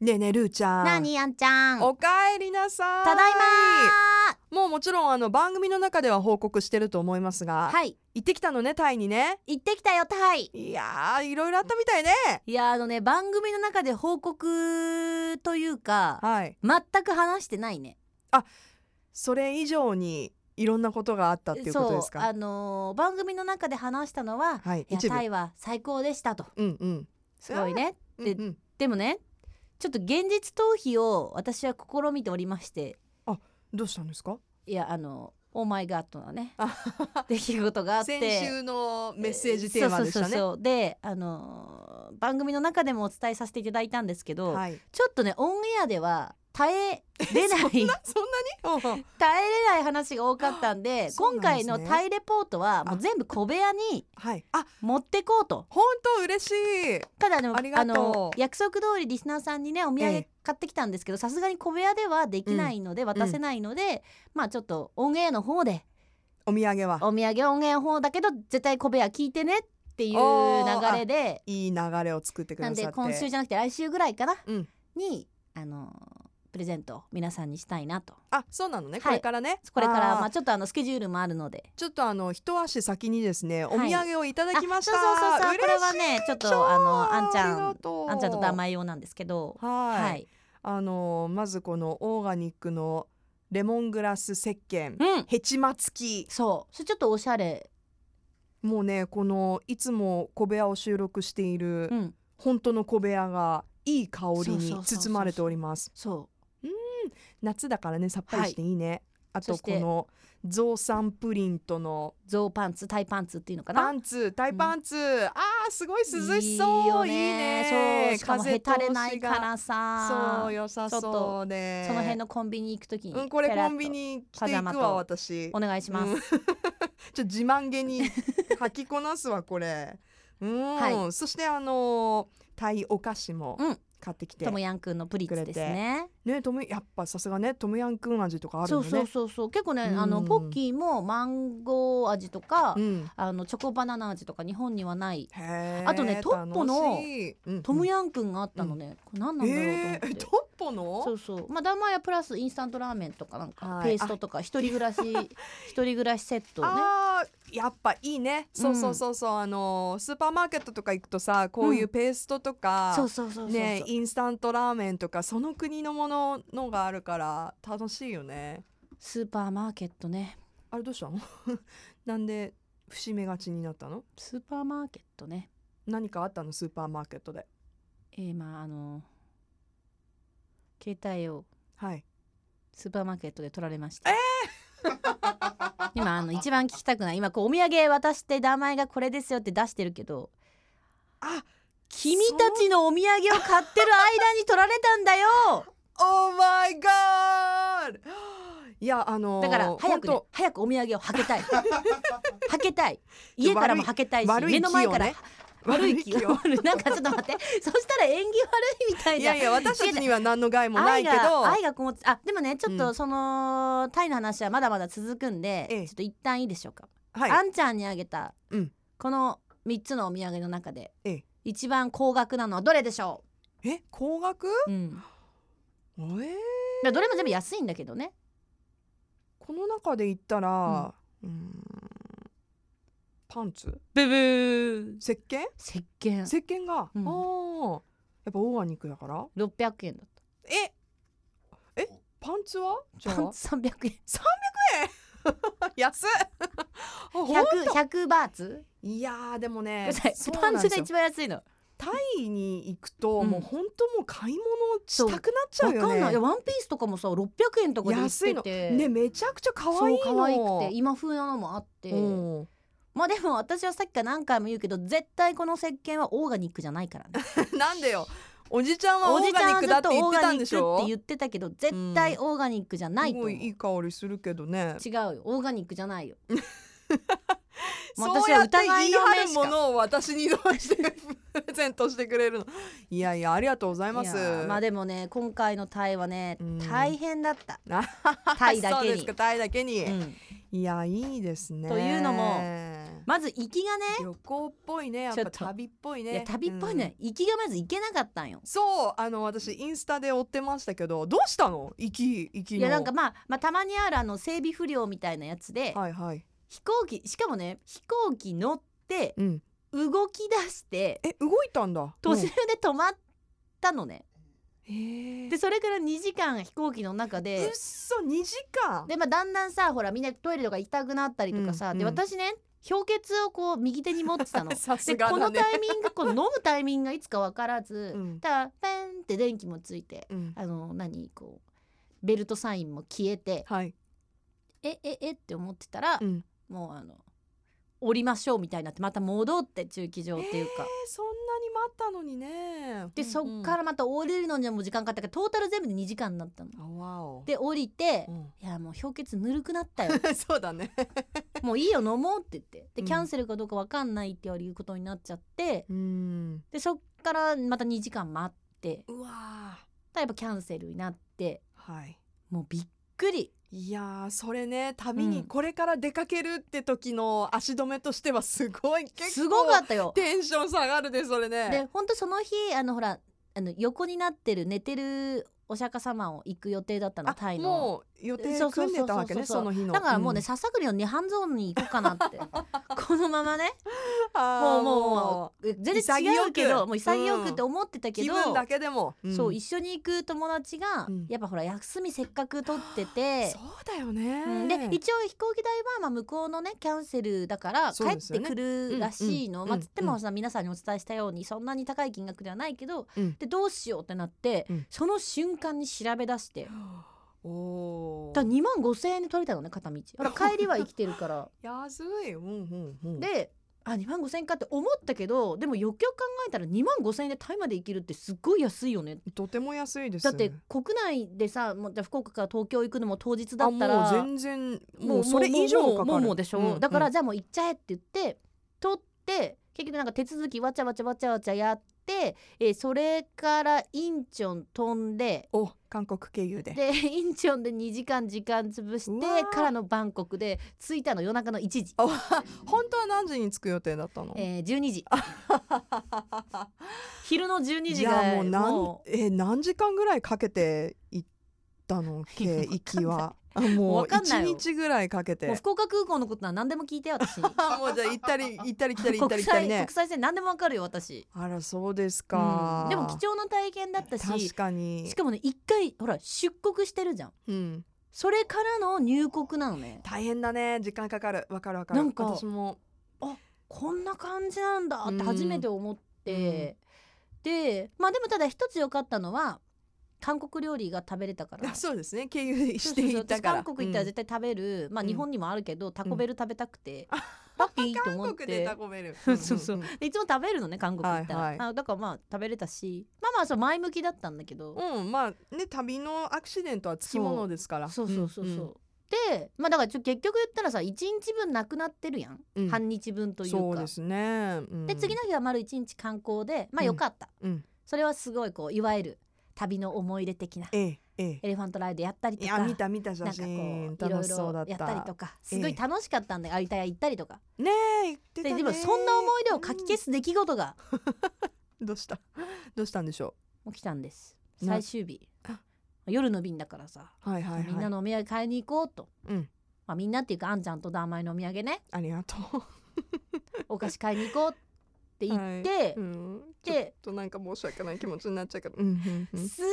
ねえねえルーちゃんなあにあんちゃんおかえりなさいただいもうもちろんあの番組の中では報告してると思いますまが、はい行ってきたのねタイにね行ってきたよタイいやーいろいろあったみたいねいやあのね番組の中で報告というかはい全く話してないねそれ以上にいろんなことがあったっていうことですそうかあのー番組の中で話したのははい「いや一部タイは最高でした」とうんうん「すごいねうんでうん」でもねちょっと現実逃避を私は試みておりましてどうしたんですかいやあのオーマイガッドなねあ出来事があって先週のメッセージテーマでしたそうそうねそうそうであのー番組の中でもお伝えさせていただいたんですけど、はいちょっとねオンエアでは耐えれない耐えそんなにうんれない話が多かったん でそう今なんで回すねのタイレポートはもう全部小部屋にはいあ持ってこうと本当嬉しいただでもありがとうの約束通りリスナーさんにねお土え産え買ってきたんですけどさすがに小部屋ではできないので、渡せないので、まあちょっとオンエアの方でお土産はお土産はオンエアの方だけど絶対小部屋聞いてねっていう流おーれでいい流れを作ってくなださんってで今週じゃなくて来週ぐらいかな、うんにあのプレゼントを皆さんにしたいなとあそうなのねいこれからねこれからあーまあちょっとあのスケジュールもあるのでちょっとあの一足先にですね、はいお土産をいただきました。あそうそうそうそう嬉しいこれはねちょっとあのあんちゃありんがとうあんちゃんと名前用なんですけどはい、はい、あのまずこのオーガニックのレモングラス石鹸うんヘチマ付きそうそれちょっとおしゃれもうねこのいつも小部屋を収録している、うん本当の小部屋がいい香りそうそうそうそにう包まれておりますそ夏だからねさっぱりしていいね、あとそしてこのゾウさんプリントのうゾウパンツタイパンツっていうのかパなンツタイパンツ、あーすごい涼しいいそうよいいねねそうしかもへたれないからさそう良さちょっそうとねその辺のコンビニ行くときにうんこれペラッコとンビニ着ていパジャマくわと私お願いします、うんちょ自慢げ に履きこなすわこれうん、はそしてあのータイお菓子もうん買ってきて、トムヤンくんのプリッツですねねトムやっぱさすがねトムヤンクン味とかあるそのうねそうそうそう結構ねうんあのポッキーもマンゴー味とか、ん、あのチョコバナナ味とか日本にはないへーあとねトッポの楽しいうんトムヤンくんがあったのね、これ何なんだろうと思えって、ー、トッポのそうそうまあダマやプラスインスタントラーメンとかなんかはいペーストとか一人暮らし一人暮らしセットねあーやっぱいいねそうそうそうそう、あのースーパーマーケットとか行くとさこういうペーストとか、そうそうそうそうそう、ねインスタントラーメンとかその国のもののがあるから楽しいよねスーパーマーケットねあれどうしたの なんで節目がちになったのスーパーマーケットね何かあったのスーパーマーケットでえー、まああの携帯をはいスーパーマーケットで取られました。今あの一番聞きたくない今こうお土産渡して名前がこれですよって出してるけどあ君たちのお土産を買ってる間に取られたんだよオーマイガー いやあのーだから早く、ねほんと、早くお土産をはけ たいはけたい家からもはけたいし悪い目の前から気をね悪い気を悪なんかちょっと待ってそしたら縁起悪いみた いいじやゃんいや私たちには何の害もない愛けがど愛がこもってあでもねちょっうとその、タイの話はまだまだ続くんで、ええちょっと一旦いいでしょうかはいあんちゃんにあげた、うんこの3つのお土産の中で、ええ一番高額なのはどれでしょえ高額う、うん、えーまあどれも全部安いんだけどねこの中で言ったら、うーん、パンツブブー石鹸石鹸石鹸が、うんあーやっぱオーガニックだから600円だっええパンツはじゃたあパンツ300円安っ あほん 100, 100バーツいやーでもごねめんなさいそうパなんでンツすがよ一番安いのタイに行くと、うんもう本当もう買い物したくなっちゃわうよねかんないいやワンピースとかもさ600円とかで売っ安いてのてねめちゃくちゃ可愛いのそう可愛くて今風なのもあって、うんまあでも私はさっきから何回も言うけど絶対この石鹸はオーガニックじゃないからね なんでよおじちゃんはオおーじちガニゃんッはクずだっってと言っオーてガたんニでッしクってょ言ってたけど絶対オーガニックじゃないすと思う、ごいいい香りするけどね違うよオーガニックじゃないよもそう私うやはって疑言いいの張目るしもかのを私にど うしてプレゼントしてくれるのいやいやありがとうございまいすやまあでもね今回のタイはねうん大変だったあタイだ そうけですにかタイだけに、うんいやいいですねというのもまず行きがね旅行っぽいねやっちょぱっと旅っぽいいやね旅っぽいうんね、行きがまず行けなかったんよ。そうあの私インスタで追ってましたけどどうしたの行き行きのいやなんかまあ、まあ、たまにあるあの整備不良みたいなやつで、はいはい飛行機しかもね飛行機乗ってうん動き出してえ動いたんだ途中で止まったのね。うんへえでそれから2時間飛行機の中うっでそ2時間で、まあ、だんだんさほらみんなトイレとか行きたくなったりとかさ、うんでうん。私ね氷結をこう右手に持ってた のさすでがこだのねタイミングこの飲むタイミングがいつか分からず、うんただペンって電気もついてうんあの何こうベルトサインも消えてはいえええって思ってたら、うんもうあの降りましょうみたいになってまた戻って駐機場っていうか、えそんなに待ったのにねでそっかららまた降りるのにも時間かかったからトータル全部で2時間になったの。あわおで降りて、うんいやもう氷結ぬるくなったよそうだねもういいよ飲もうって言ってうでんキャンセルかどうかわかんないっていうことになっちゃってうんでそっからまた2時間待ってうわー例えばキャンセルになってはいもうびっくりいやーそれね旅うにんこれから出かけるって時の足止めとしてはすごい結構すごかったよテンション下がるでそれでね。本当その日あのほらあの横になってる寝てるお釈迦様を行く予定だったのあタイのもう予定組んでたわけねそうそうそそのうそう日の。だからもうね、んささくりの涅槃ゾーンに行こうかなっ てこのままねあもーうもうもう全然違うけ潔どくもう潔くって思ってたけ気ど、分だけでも。んそう一緒に行く友達が、うんやっぱほら休みせっかく取っててそ。うだようんね。で一応飛行機代はまあ向こうのねキャンセルだからそう帰っですよてねくるらしいの、うんまあうんつってもさ皆さんにお伝えしたようにそんなに高い金額ではないけど、うんでどうしようってなって、うんその瞬間に調べ出しておだー2万5千円で取れたのね片道ほら帰りは生きてるから安い。うんうん うん。であ2万5千円かって思ったけどでもよくよく考えたら2万5千円でタイまで行けるってすっごい安いよねとても安いですだよっね。て国内でさもうじゃあ福岡から東京行くのも当日だあったもらう全然もうそれ以上かもかうもうる。もうでしょ、うんだからうんじゃあもう行っちゃえって言って取って結局なんか手続きわちゃわちゃわちゃわちゃやって、えーそれからインチョン飛んでお韓国経由で。で インチョンで2時間時間潰しうわてーからのバンコクで着いたの夜中の1時、あ本当は何時に着く予定だったの？えー、12時 昼の12い時やがもう何もえ何時間ぐらいかけて行った のわけかんない息はあもうもわうかんない一よ日ぐらいかけうもうて福岡空港のことは何でも聞いてよ私あもうじゃあ行った り行ったり来たり行った国り来た際りね国際線何でもわかるよ私あらそうですうかん、でも貴重な体験だったし確かにしかもね一回ほら出国してるじゃんうん、それからの入国なのね大変だね時間かかるわかるわかるなんか私もこんな感じなんだって初めて思って、でまあでもただ一つ良かったのは韓国料理が食べれたからあそうですね経由していったからそうそうそう私韓国行ったらうん絶対食べる、まあうん日本にもあるけど、タコベル食べたくて、ラッキーと思っ韓国でてタコベル そうそううんうんでいつも食べるのね韓国行ったら、はいはあだからまあ食べれたしまあまあそう前向きだったんだけど、うん、うんまあね旅のアクシデントはつきものですからそうそうそうそう、んんでまあだからちょ結局言ったらさ1日分なくなってるやん、うん半日分というかそうですね、うんで次の日は丸一日観光でまうあんよかった、うんそれはすごいこういわゆる旅の思い出的なええええエレファントライドやったりといやか見た見た写なんか真こういろ楽いしそうだろったやったりとかええすごい楽しかったんだよ有田屋行ったりとかねえ言ってたでねでもそんな思い出をかき消す出来事がうんどうした どうしたんでしょ起きたんですな最終日あ夜の便だからさうはいはいはいみんなのお土産買いに行こうと、うんまあ、みんなっていうかあんちゃんとだんまいのお土産ねありがとうお菓子買いに行こうって言って、うんちょっでとなんか申し訳ない気持ちになっちゃうからうんうんうんすっ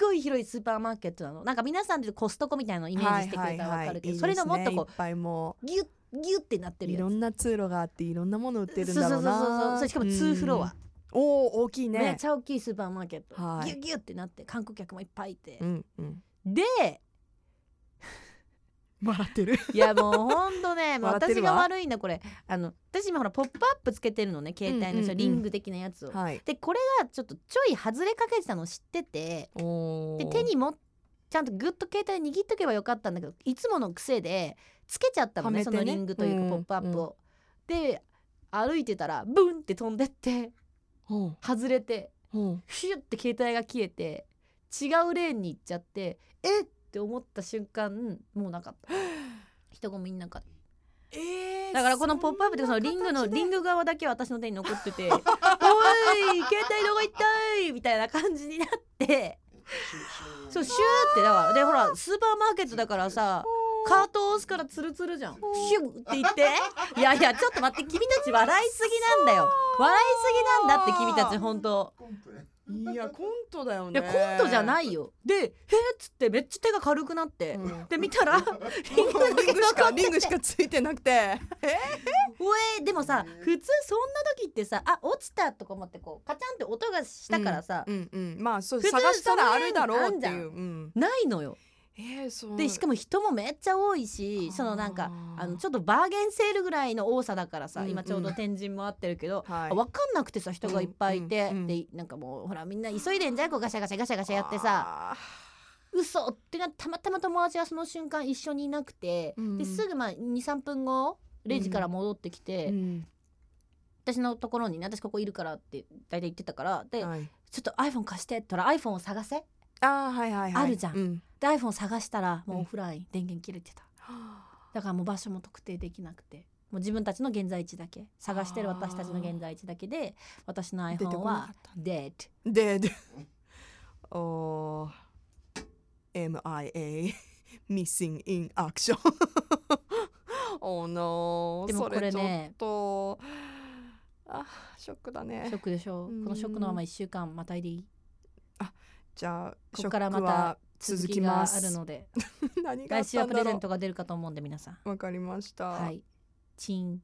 ごい広いスーパーマーケットなのなんか皆さんでコストコみたいなのをイメージしてくれたらわかるけど、はいそはいはいれのもっといいこですねいっぱいもうギュッギュッってなっうてるいやろつんな通路があっていろんなもの売ってるんだろうなそうそうそうそうそれしかも2フロア、うんおお大きいめっねちゃ大きいスーパーマーケット、はいギュッギュッってなって観光客もいっぱいいて、うんうんで笑ってるいやもうほん とねもう笑って私るがわ悪いんだこれあの私今ほらポップアップつけてるのね携帯の、うんうんうんそのリング的なやつを、はいでこれがちょっとちょい外れかけてたの知ってておーで手にもちゃんとグッと携帯握っとけばよかったんだけどいつもの癖でつけちゃったのねはめてねそのリングといううんかポップアップを。で歩いてたらブンって飛んでって ほう外れてほうヒュッて携帯が消えて 違うレーンに行っちゃってえっって思った瞬間もうなかった。人混みの中でえーだからこの「ポップアップでそのリングのリンググ側だけ私の手に残って て「おい携帯どこ行ったい!」みたいな感じになってそうシューってだからでほらスーパーマーケットだからさカートを押すからツルツルじゃんシュッって言っていやいやちょっと待って君たち笑いすぎなんだよ笑いすぎなんだって君たち本当コントねいやコントだよいね、やコントじゃないいよで「えっ?」つってめっちゃ手が軽くなって、うんで見たらリングだリけングし残か っリングしかついてなくておえでもさね普通そんな時ってさあ落ちたとか思ってこうカチャンって音がしたからさ、うんうんまあそう普通探したらあるだろうってその辺あんじゃいんう、うん、ないのよえー、そうでしかも人もめっちゃ多いしあーそのなんかあのちょっとバーゲンセールぐらいの多さだからさ、うんうん今ちょうど天神もあってるけど、はい分かんなくてさ人がいっぱいいうて、んうんうんでなんかもうほらみんな急いでんじゃんこうガシャガシャガシャガシャやってさあ嘘ってなたまたま友達がその瞬間一緒にいなくて、うんですぐまあ23分後レジから戻ってきて、ーうん私のところにね私ここいるからって大体言ってたからで、はい、ちょっと iPhone 貸してって言ったら iPhone を探せあーはいはいはいあるじゃんうん、で iPhone を探したらもううんオフライン、電源切れてただからもう場所も特定できなくてもう自分たちの現在地だけ探してる私たちの現在地だけで私の出て iPhone こなかはったんだデートで でおー MIA Missing in Action Oh no でもこれねそれちょっとあショックだねショックでしょうんこのショックのまま1週間またいでいいじゃあここからまたショックは続続ききまがすあるので 何があっ来週たはんプレだゼろントが出るかと思うんで皆さんうわかりました、はいチン